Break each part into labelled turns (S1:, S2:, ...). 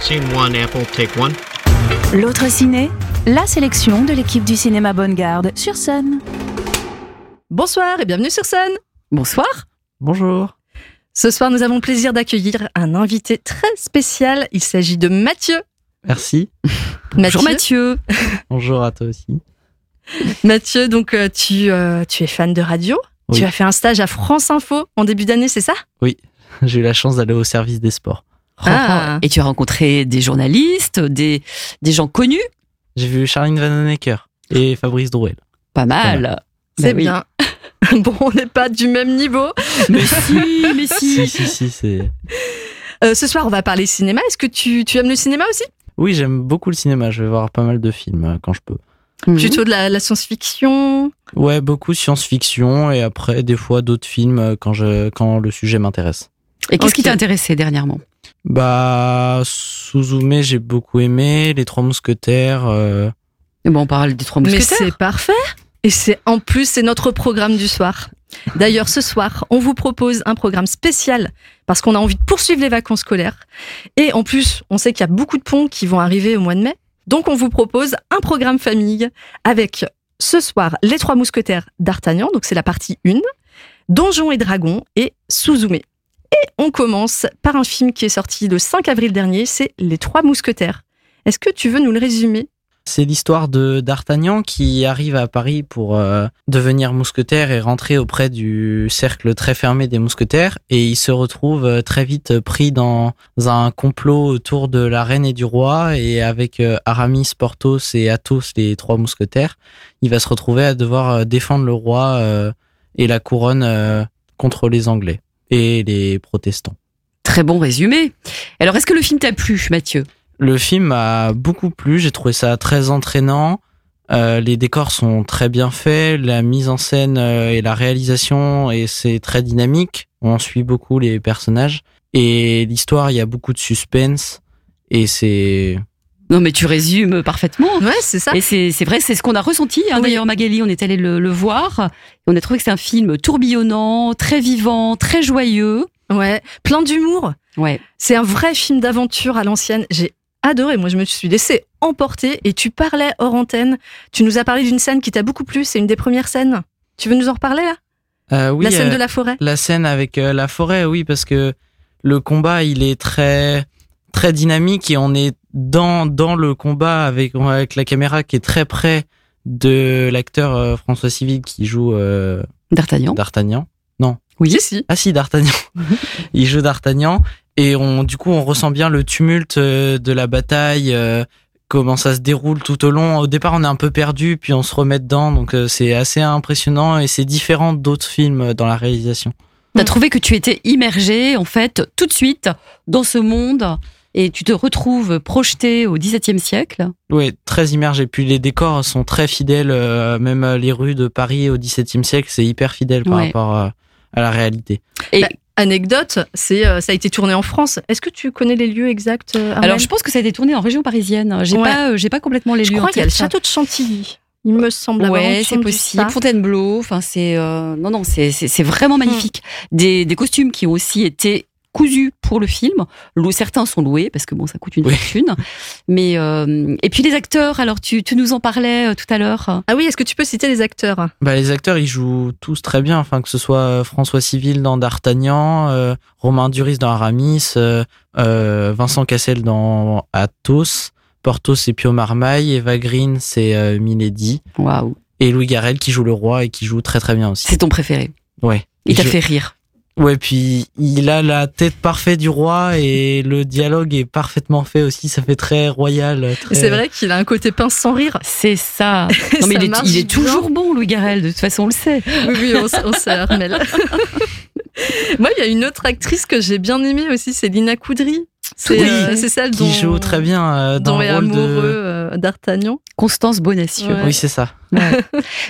S1: Scene one, Apple, take one.
S2: L'autre ciné, la sélection de l'équipe du cinéma Bonne Garde sur scène.
S3: Bonsoir et bienvenue sur scène. Bonsoir.
S4: Bonjour.
S3: Ce soir, nous avons le plaisir d'accueillir un invité très spécial. Il s'agit de Mathieu.
S4: Merci.
S3: Bonjour Mathieu.
S4: Bonjour à toi aussi.
S3: Mathieu, donc euh, tu, euh, tu es fan de radio.
S4: Oui.
S3: Tu as fait un stage à France Info en début d'année, c'est ça
S4: J'ai eu la chance d'aller au service des sports.
S3: Ah.
S5: Et tu as rencontré des journalistes, des, des gens connus.
S4: J'ai vu Charline Vanhoenacker et Fabrice Drouel.
S5: Pas mal.
S3: C'est
S5: Bah oui.
S3: bien. bon, on n'est pas du même niveau.
S5: Mais si, mais
S4: si,
S5: si.
S4: si, si, c'est.
S3: Euh, ce soir, on va parler cinéma. Est-ce que tu, tu aimes le cinéma aussi
S4: Oui, j'aime beaucoup le cinéma. Je vais voir pas mal de films euh, quand je peux.
S3: Plutôt de la, la science-fiction.
S4: Ouais, beaucoup science-fiction et après, des fois, d'autres films euh, quand, je, quand le sujet m'intéresse.
S5: Et qu'est-ce qui
S3: Ok.
S5: t'a intéressé dernièrement
S4: Bah, Suzume, j'ai beaucoup aimé. Les Trois Mousquetaires. euh,
S5: Bon, on parle des trois
S3: Mais
S5: mousquetaires.
S3: c'est parfait. Et c'est en plus, c'est notre programme du soir. D'ailleurs, ce soir, on vous propose un programme spécial parce qu'on a envie de poursuivre les vacances scolaires. Et en plus, on sait qu'il y a beaucoup de ponts qui vont arriver au mois de mai. Donc, on vous propose un programme famille avec ce soir Les Trois Mousquetaires d'Artagnan. Donc, c'est la partie 1. Donjons et Dragons et Suzume. Et on commence par un film qui est sorti le 5 avril dernier. C'est Les Trois Mousquetaires. Est-ce que tu veux nous le résumer?
S4: C'est l'histoire de d'Artagnan qui arrive à Paris pour euh, devenir mousquetaire et rentrer auprès du cercle très fermé des mousquetaires et il se retrouve euh, très vite pris dans un complot autour de la reine et du roi et avec euh, Aramis, Porthos et Athos les trois mousquetaires, il va se retrouver à devoir euh, défendre le roi euh, et la couronne euh, contre les Anglais et les protestants.
S5: Très bon résumé. Alors, est-ce que le film t'a plu, Mathieu
S4: Le film m'a beaucoup plu, j'ai trouvé ça très entraînant. Euh, les décors sont très bien faits, la mise en scène euh, et la réalisation et c'est très dynamique. On suit beaucoup les personnages et l'histoire, il y a beaucoup de suspense et c'est
S5: Non, mais tu résumes parfaitement.
S3: Ouais, c'est ça.
S5: Et c'est c'est vrai, c'est ce qu'on a ressenti. hein.
S3: Oui.
S5: D'ailleurs, Magali, on est allé le, le voir. On a trouvé que c'est un film tourbillonnant, très vivant, très joyeux.
S3: Ouais, plein d'humour.
S5: Ouais.
S3: C'est un vrai film d'aventure à l'ancienne. J'ai adoré. Moi, je me suis laissée emporter et tu parlais hors antenne. Tu nous as parlé d'une scène qui t'a beaucoup plu. C'est une des premières scènes. Tu veux nous en reparler là
S4: Euh, oui,
S3: La scène
S4: euh,
S3: de la forêt.
S4: la scène avec euh, la forêt, oui, parce que le combat, il est très très dynamique et on est dans dans le combat avec avec la caméra qui est très près de l'acteur euh, François Civil qui joue euh,
S5: D'Artagnan.
S4: D'Artagnan.
S5: Oui.
S3: Si, si.
S4: Ah si, D'Artagnan. il joue D'Artagnan et on du coup on ressent bien le tumulte euh, de la bataille, euh, comment ça se déroule tout au long. Au départ, on est un peu perdu, puis on se remet dedans, donc euh, c'est assez impressionnant et c'est différent d'autres films euh, dans la réalisation.
S3: Mm.
S5: T'as trouvé que tu étais immergé, en fait, tout de suite, dans ce monde, et tu te retrouves projeté au XVIIe siècle.
S4: Oui, très immergé. Puis les décors sont très fidèles, euh, même euh, les rues de Paris au XVIIe siècle, c'est hyper fidèle par
S5: Ouais.
S4: rapport euh, à la réalité.
S3: Anecdote, c'est euh, ça a été tourné en France. Est-ce que tu connais les lieux exacts euh, Armel
S5: Alors, je pense que ça a été tourné en région parisienne. J'ai
S3: Ouais.
S5: pas, euh, j'ai pas complètement les
S3: Je
S5: lieux
S3: crois
S5: en
S3: qu'il y a le
S5: tête.
S3: château de Chantilly. Il me semble avoir
S5: Ouais,
S3: entendu
S5: c'est possible.
S3: ça.
S5: Fontainebleau, enfin c'est euh, non non c'est c'est c'est vraiment magnifique. Des des costumes qui ont aussi été cousus pour le film. Lou- Certains sont loués parce que bon ça coûte une
S4: Oui.
S5: fortune. Mais euh, et puis les acteurs. Alors tu tu nous en parlais euh, tout à l'heure.
S3: Ah oui, est-ce que tu peux citer les acteurs
S4: Bah, les acteurs, ils jouent tous très bien. Enfin, que ce soit euh, François Civil dans D'Artagnan, euh, Romain Duris dans Aramis, euh, euh, Vincent Cassel dans Athos, Porthos c'est Pio Marmaille, Eva Green c'est euh, Milady
S5: Waouh,
S4: et Louis Garrel qui joue le roi et qui joue très très bien aussi.
S5: c'est ton préféré.
S4: Ouais.
S5: Il
S4: Et
S5: t'a
S4: je-
S5: fait rire.
S4: Ouais, puis il a la tête parfaite du roi et le dialogue est parfaitement fait aussi. Ça fait très royal. très-
S3: C'est vrai qu'il a un côté pince sans rire.
S5: C'est ça. Non mais
S3: Ça
S5: il est,
S3: marche
S5: il est
S3: bien.
S5: toujours bon Louis Garrel. De toute façon on le sait.
S3: Oui, oui, on, s- on sait, Armel. Moi, il y a une autre actrice que j'ai bien aimée aussi, c'est Lina Coudry. C'est
S4: Oui,
S3: euh, c'est celle dont,
S4: Qui joue très bien euh,
S3: dont
S4: dans
S3: est
S4: le rôle
S3: amoureux
S4: de.
S3: euh, d'Artagnan.
S5: Constance Bonacieux.
S3: Ouais.
S4: Oui, c'est ça.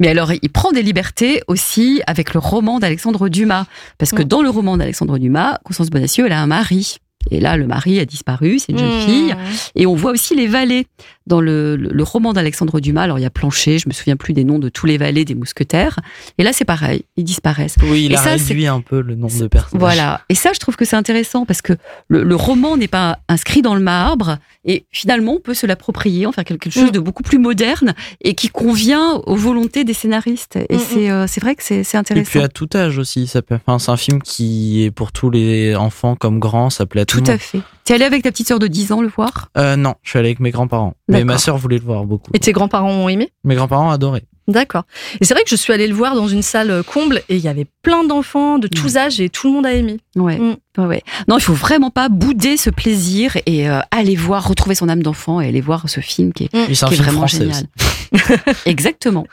S5: Mais alors, il prend des libertés aussi avec le roman d'Alexandre Dumas. Parce que
S3: Mm.
S5: dans le roman d'Alexandre Dumas, Constance Bonacieux, elle a un mari. Et là, le mari a disparu, c'est une jeune
S3: Mmh.
S5: fille. Et on voit aussi les valets dans le, le- le roman d'Alexandre Dumas. Alors il y a Plancher, je me souviens plus des noms de tous les valets des mousquetaires. Et là c'est pareil, ils disparaissent.
S4: Oui, il
S5: Et
S4: a
S5: ça,
S4: réduit un peu le nombre de personnages.
S5: Voilà. Et ça je trouve que c'est intéressant parce que le, le roman n'est pas inscrit dans le marbre et finalement on peut se l'approprier, en faire quelque chose
S3: Mm.
S5: de beaucoup plus moderne et qui convient aux volontés des scénaristes. Et
S3: Mm,
S5: c'est euh, c'est vrai que c'est c'est
S4: Et
S5: intéressant.
S4: puis à tout âge aussi, ça peut. Enfin, c'est un film qui est pour tous les enfants comme grands, ça plaît à tout,
S5: Tout
S4: le
S5: à
S4: monde.
S5: fait. T'es allé avec ta petite sœur de 10 ans le voir
S4: Euh, non, je suis allé avec mes grands-parents. Mais
S5: D'accord.
S4: ma sœur voulait le voir beaucoup.
S3: Et tes grands-parents ont aimé
S4: Mes grands-parents adoraient.
S3: D'accord. Et c'est vrai que je suis allée le voir dans une salle euh, comble et il y avait plein d'enfants de tous
S4: Mmh.
S3: âges et tout le monde a aimé.
S5: Ouais.
S3: Mm.
S5: Ouais, ouais. Non, il faut vraiment pas bouder ce plaisir et euh, aller voir, retrouver son âme d'enfant et aller voir ce film qui est
S4: Et c'est un
S5: qui est
S4: film
S5: vraiment
S4: français.
S5: génial.
S4: aussi.
S5: Exactement.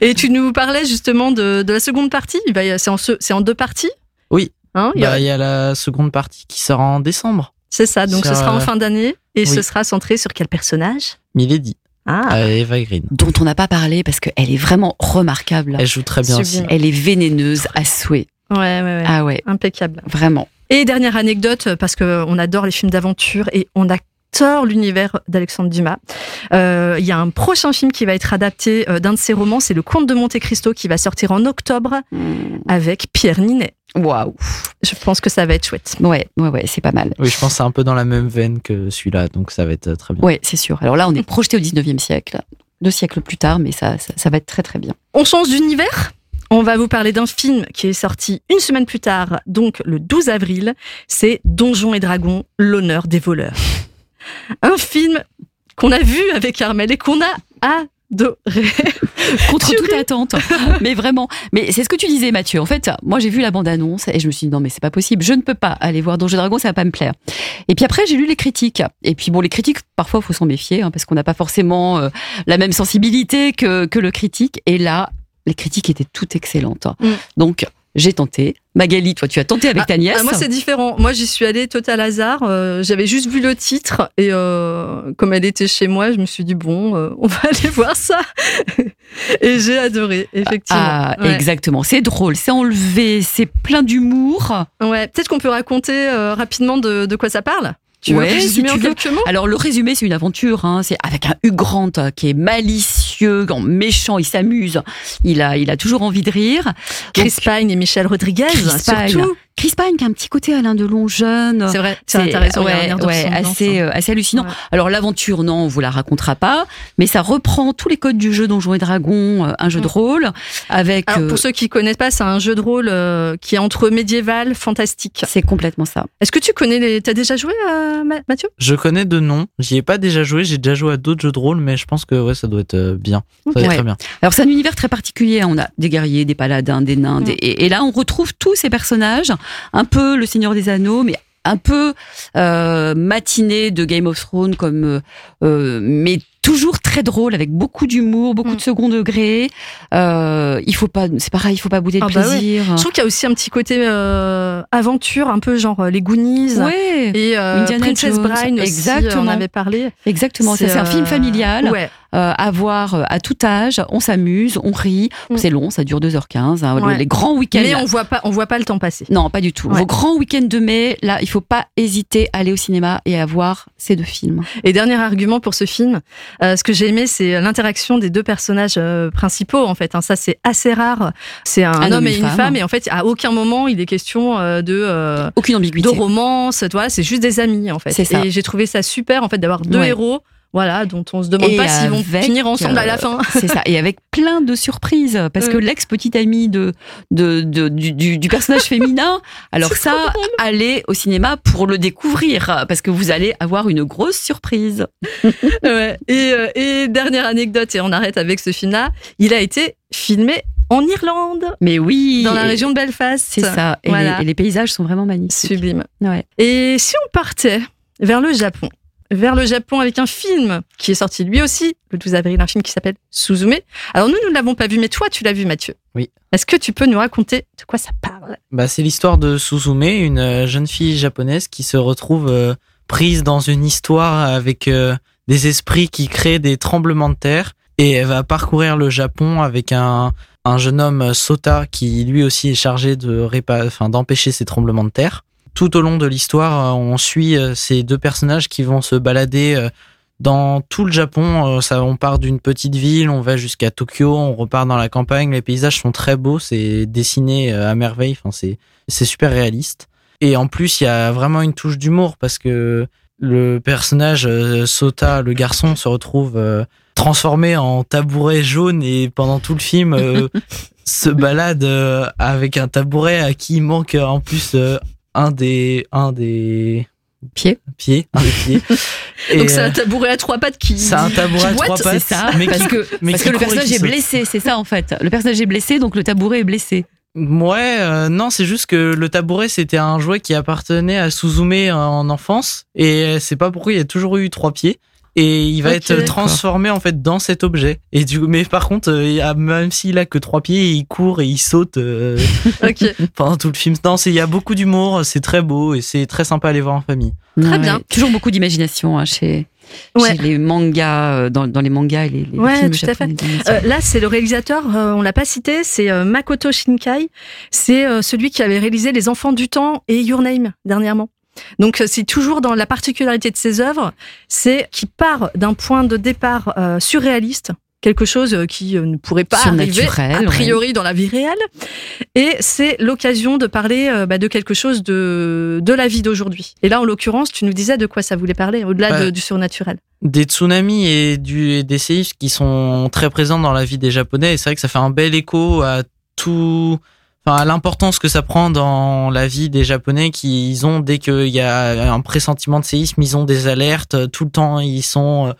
S3: Et tu nous parlais justement de, de la seconde partie. Il va y a- C'est en, ce- c'est en deux parties
S4: Oui.
S3: Hein, il y a-
S4: Bah, Il y a la seconde partie qui sort en décembre.
S3: C'est ça, donc ce
S4: sur,
S3: sera en
S4: euh,
S3: fin d'année et
S4: oui.
S3: ce sera centré sur quel personnage
S4: Milady,
S3: Ah,
S4: euh, Eva Green.
S5: Dont on n'a pas parlé parce qu'elle est vraiment remarquable.
S4: Elle joue très bien aussi.
S3: Sublime.
S5: Elle est vénéneuse à souhait.
S3: ouais, ouais, ouais.
S5: Ah ouais,
S3: Impeccable.
S5: vraiment.
S3: Et dernière anecdote, euh, parce que on adore les films d'aventure et on adore l'univers d'Alexandre Dumas. Euh, Il y a un prochain film qui va être adapté euh, d'un de ses romans, c'est Le Comte de Monte Cristo qui va sortir en octobre
S5: Hmm.
S3: avec Pierre Ninet.
S5: Waouh.
S3: Je pense que ça va être chouette.
S5: Ouais, ouais, ouais, c'est pas mal.
S4: Oui, je pense que c'est un peu dans la même veine que celui-là, donc ça va être euh, très bien.
S5: Ouais, c'est sûr. Alors là, on est projeté au 19e siècle. Deux siècles plus tard, mais ça, ça, ça va être très très bien.
S3: On change d'univers. On va vous parler d'un film qui est sorti une semaine plus tard, donc le 12 avril. C'est Donjons et Dragons, l'honneur des voleurs. Un film qu'on a vu avec Armel et qu'on a adoré.
S5: Contre
S3: Purée.
S5: toute attente. mais vraiment. Mais c'est ce que tu disais, Mathieu. En fait, moi, j'ai vu la bande-annonce et je me suis dit, non, mais c'est pas possible. Je ne peux pas aller voir Donjons et Dragons, ça va pas me plaire. Et puis après, j'ai lu les critiques. Et puis bon, les critiques, parfois, faut s'en méfier hein, parce qu'on n'a pas forcément euh, la même sensibilité que, que le critique. Et là, les critiques étaient toutes excellentes.
S3: Mm.
S5: Donc, j'ai tenté. Magali, toi, tu as tenté avec ta nièce.
S3: Ah, moi, c'est différent. Moi, j'y suis allée total hasard. Euh, J'avais juste vu le titre et euh, comme elle était chez moi, je me suis dit bon, euh, on va aller voir ça. et j'ai adoré, effectivement.
S5: Ah,
S3: Ouais.
S5: exactement. C'est drôle, c'est enlevé, c'est plein d'humour.
S3: Ouais. Peut-être qu'on peut raconter euh, rapidement de, de quoi ça parle. Tu
S5: Ouais,
S3: veux que je
S5: si
S3: résume
S5: tu
S3: en
S5: veux.
S3: quelques mots
S5: Alors le résumé, c'est une aventure. hein. C'est avec un Hugh Grant euh, qui est malicieux, grand- méchant, il s'amuse. Il a, il a toujours envie de rire.
S3: Chris Pine et Michel Rodriguez,
S5: Chris Pine.
S3: surtout.
S5: Chris Pine qui a un petit côté Alain Delon jeune.
S3: C'est vrai, c'est intéressant. il y a un
S5: ouais,
S3: air de
S5: ouais,
S3: ressemblance,
S5: assez,
S3: hein.
S5: euh, assez hallucinant.
S3: Ouais.
S5: Alors l'aventure, non, on vous la racontera pas, mais ça reprend tous les codes du jeu Donjons et Dragons, euh, un jeu de
S3: Mm.
S5: rôle avec.
S3: Alors,
S5: euh,
S3: pour ceux qui connaissent pas, c'est un jeu de rôle euh, qui est entre médiéval, fantastique.
S5: c'est complètement ça.
S3: Est-ce que tu connais les. T'as déjà joué, euh, Ma- Mathieu
S4: Je connais de nom, j'y ai pas déjà joué, j'ai déjà joué à d'autres jeux de rôle, mais je pense que ouais, ça doit être euh, bien. Ça doit être
S5: Ouais.
S4: très bien.
S5: Alors c'est un univers très particulier. On a des guerriers, des paladins, des nains,
S3: Mm.
S5: des- et, et là on retrouve tous ces personnages, un peu le Seigneur des Anneaux, mais un peu euh, matiné de Game of Thrones, comme euh, euh, mais toujours très drôle avec beaucoup d'humour, beaucoup
S3: Mm.
S5: de second degré. Euh, il faut pas, c'est pareil, il faut pas bouder le
S3: Ah bah ouais.
S5: plaisir.
S3: Je trouve qu'il y a aussi un petit côté euh, aventure, un peu genre euh, les Goonies.
S5: Ouais,
S3: Et euh,
S5: Indiana
S3: Princess
S5: Jones,
S3: Bride aussi,
S5: exactement.
S3: euh, on avait parlé.
S5: exactement. C'est c'est un
S3: euh,
S5: film familial
S3: Ouais.
S5: euh, à voir euh, à tout âge. On s'amuse, on rit.
S3: Mm.
S5: C'est long, ça dure 2h15. hein, le-
S3: Ouais.
S5: Les grands week-ends.
S3: Mais on voit pas, on voit pas le temps passer.
S5: Non, pas du tout.
S3: Ouais.
S5: Vos grands week-ends de mai, là, il faut pas hésiter à aller au cinéma et à voir ces deux films.
S3: Et dernier argument pour ce film, euh, ce que j'ai aimé, c'est l'interaction des deux personnages euh, principaux. En fait, hein. ça c'est assez rare. C'est un,
S5: Un
S3: homme et une femme.
S5: femme.
S3: et en fait, à aucun moment il est question euh, de euh,
S5: Aucune
S3: de
S5: ambiguïté.
S3: romance. Tu vois, c'est juste des amis en fait.
S5: C'est ça.
S3: Et j'ai trouvé ça super en fait d'avoir deux
S5: Ouais.
S3: héros, voilà, dont on se demande
S5: Et
S3: pas s'ils vont
S5: avec,
S3: finir ensemble à la
S5: euh,
S3: fin.
S5: C'est ça. Et avec plein de surprises. Parce que
S3: Ouais.
S5: l'ex-petite amie de, de, de- du, du- du personnage féminin, alors
S3: C'est trop
S5: ça, allez au cinéma pour le découvrir. Parce que vous allez avoir une grosse surprise.
S3: Ouais. Et, euh, et dernière anecdote, et on arrête avec ce film-là, il a été filmé en Irlande,
S5: Mais oui.
S3: dans la
S5: et-
S3: région de Belfast.
S5: C'est ça. Et,
S3: Voilà.
S5: les, et les paysages sont vraiment magnifiques.
S3: Sublime.
S5: Ouais.
S3: Et si on partait vers le Japon vers le Japon avec un film qui est sorti lui aussi le 12 avril, un film qui s'appelle Suzume. Alors nous, nous ne l'avons pas vu, mais toi, tu l'as vu, Mathieu.
S4: Oui.
S3: Est-ce que tu peux nous raconter de quoi ça parle
S4: Bah, c'est l'histoire de Suzume, une euh, jeune fille japonaise qui se retrouve euh, prise dans une histoire avec euh, des esprits qui créent des tremblements de terre et elle va parcourir le Japon avec un, un jeune homme euh, Sota qui lui aussi est chargé de répa- enfin, d'empêcher ces tremblements de terre. tout au long de l'histoire, euh, on suit euh, ces deux personnages qui vont se balader euh, dans tout le Japon. Euh, Ça, on part d'une petite ville, on va jusqu'à Tokyo, on repart dans la campagne. Les paysages sont très beaux, c'est dessiné euh, à merveille. Enfin, c'est c'est super réaliste. Et en plus, il y a vraiment une touche d'humour parce que le personnage euh, Sota, le garçon, se retrouve euh, transformé en tabouret jaune et pendant tout le film euh, se balade euh, avec un tabouret à qui il manque euh, en plus euh, un des un des
S5: Pieds.
S4: pieds, un des pieds. Et,
S3: Donc c'est
S4: euh,
S3: un tabouret à trois pattes qui.
S4: c'est un tabouret à
S3: qui
S4: trois
S3: boite,
S4: pattes,
S5: c'est ça,
S4: mais
S5: parce
S4: qui-
S5: que,
S4: mais
S5: parce
S4: qui
S5: que le
S4: court et
S5: personnage
S4: qui
S5: est
S4: saute.
S5: blessé, c'est ça en fait. Le personnage est blessé, donc le tabouret est blessé.
S4: Ouais, euh, non, c'est juste que le tabouret c'était un jouet qui appartenait à Suzume euh, en enfance et c'est pas pourquoi il a toujours eu trois pieds et il va
S3: Ok,
S4: être
S3: d'accord.
S4: transformé en fait dans cet objet. Et du mais par contre euh, il a- même s'il a que trois pieds, il court et il saute euh,
S3: Ok.
S4: pendant tout le film. Non, c'est il y a beaucoup d'humour, c'est très beau et c'est très sympa à aller voir en famille.
S5: Très
S3: bien.
S5: Toujours beaucoup d'imagination hein, chez,
S3: Ouais.
S5: chez les mangas, euh, dans, dans les mangas et les, les
S3: Ouais,
S5: films
S3: tout à fait.
S5: japonais d'animation.
S3: Euh, là, c'est le réalisateur, euh, on l'a pas cité, c'est euh, Makoto Shinkai. C'est euh, celui qui avait réalisé Les Enfants du Temps et Your Name dernièrement. Donc, euh, c'est toujours dans la particularité de ses œuvres, c'est qu'il part d'un point de départ euh, surréaliste, quelque chose euh, qui euh, ne pourrait pas arriver
S5: Surnaturel,
S3: a
S5: ouais.
S3: priori dans la vie réelle. Et c'est l'occasion de parler euh, bah, de quelque chose de, de la vie d'aujourd'hui. Et là, en l'occurrence, tu nous disais de quoi ça voulait parler, au-delà
S4: Bah,
S3: de- du surnaturel.
S4: des tsunamis et, du, et des séismes qui sont très présents dans la vie des Japonais. Et c'est vrai que ça fait un bel écho à tout, enfin, à l'importance que ça prend dans la vie des Japonais qui ils ont dès qu'il y a un pressentiment de séisme, ils ont des alertes euh, tout le temps, ils sont euh,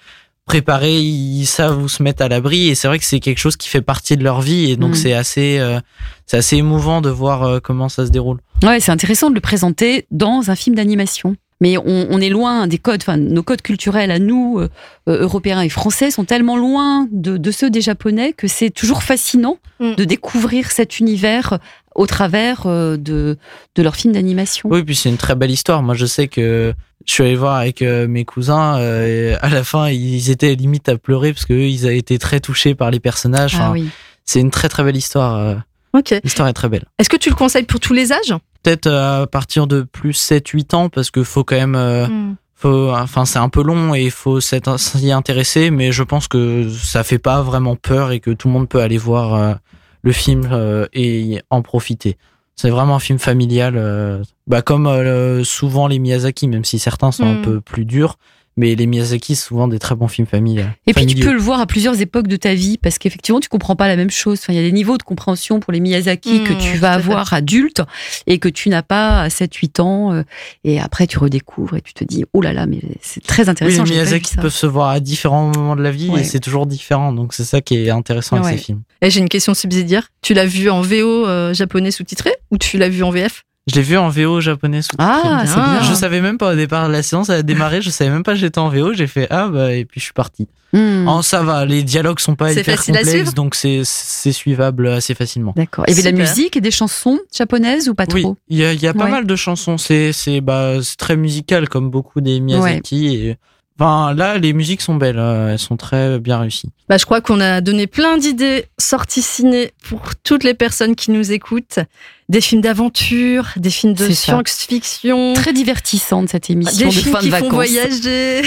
S4: préparés, ils savent où se mettre à l'abri. Et c'est vrai que c'est quelque chose qui fait partie de leur vie. Et donc
S5: Mm.
S4: c'est assez, euh, c'est assez émouvant de voir euh, comment ça se déroule.
S5: Ouais, c'est intéressant de le présenter dans un film d'animation. Mais on, on est loin des codes, enfin nos codes culturels à nous, euh, euh, européens et français, sont tellement loin de, de ceux des japonais que c'est toujours fascinant
S3: Mm.
S5: de découvrir cet univers au travers euh, de, de leurs films d'animation.
S4: Oui, puis c'est une très belle histoire. Moi, je sais que je suis allé voir avec euh, mes cousins. euh, et à la fin, ils étaient limite à pleurer parce que eux, ils avaient été très touchés par les personnages.
S5: Ah
S4: Enfin,
S5: oui.
S4: C'est une très très belle histoire. euh,
S3: Ok.
S4: L'histoire est très belle.
S3: Est-ce que tu le conseilles pour tous les âges
S4: Peut-être euh, à partir de plus 7-8 ans parce que faut quand même, euh,
S3: Hmm.
S4: faut, enfin c'est un peu long et il faut s'être- s'y intéresser. Mais je pense que ça fait pas vraiment peur et que tout le monde peut aller voir euh, le film euh, et en profiter. C'est vraiment un film familial, euh, bah comme euh, le- souvent les Miyazaki, même si certains sont
S5: Hmm.
S3: Mm.
S4: un peu plus durs, mais les Miyazaki c'est souvent des très bons films familiales.
S5: Et puis tu
S4: familiaux.
S5: peux le voir à plusieurs époques de ta vie parce qu'effectivement tu comprends pas la même chose. Enfin, il y a des niveaux de compréhension pour les Miyazaki
S3: Mmh,
S5: que tu
S3: tout à
S5: vas
S3: fait.
S5: avoir adulte et que tu n'as pas à 7 8 ans euh, et après tu redécouvres et tu te dis oh là là mais c'est très
S4: Oui,
S5: intéressant.
S4: les
S5: j'avais pas vu
S4: Miyazaki
S5: ça.
S4: peuvent se voir à différents moments de la vie
S5: Ouais.
S4: et c'est toujours différent, donc c'est ça qui est intéressant
S5: Ouais.
S4: avec ces films.
S3: Et Eh, j'ai une question subsidiaire. Tu l'as vu en VO euh, japonais sous-titré ou tu l'as vu en VF
S4: Je l'ai vu en VO japonais sous
S5: Ah, c'est
S3: Bien.
S5: bien.
S4: Je savais même pas au départ, la séance elle a démarré, je savais même pas que j'étais en VO, j'ai fait ah bah et puis je suis parti.
S5: Mmh,
S4: Oh ça va, les dialogues sont pas
S3: C'est
S4: hyper
S3: facile à
S4: complexes
S3: suivre
S4: donc c'est c'est suivable assez facilement.
S5: D'accord. Il y avait de la
S3: Super.
S5: musique et des chansons japonaises ou pas
S4: oui,
S5: trop
S4: il y a, il y a pas
S5: Ouais.
S4: mal de chansons, c'est c'est bah c'est très musical comme beaucoup des Miyazaki et enfin là les musiques sont belles, euh, elles sont très bien réussies.
S3: Bah, je crois qu'on a donné plein d'idées sorties ciné pour toutes les personnes qui nous écoutent. Des films d'aventure, des films de
S5: C'est ça.
S3: science-fiction,
S5: Très divertissante cette
S3: des
S5: émission de
S3: films
S5: fin de
S3: qui font
S5: vacances.
S3: voyager.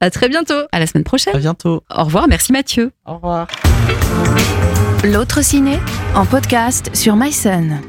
S3: à très bientôt.
S5: À la semaine
S4: À
S5: prochaine.
S4: bientôt.
S5: Au revoir, merci Mathieu.
S4: Au revoir.
S2: L'autre ciné en podcast sur MySun.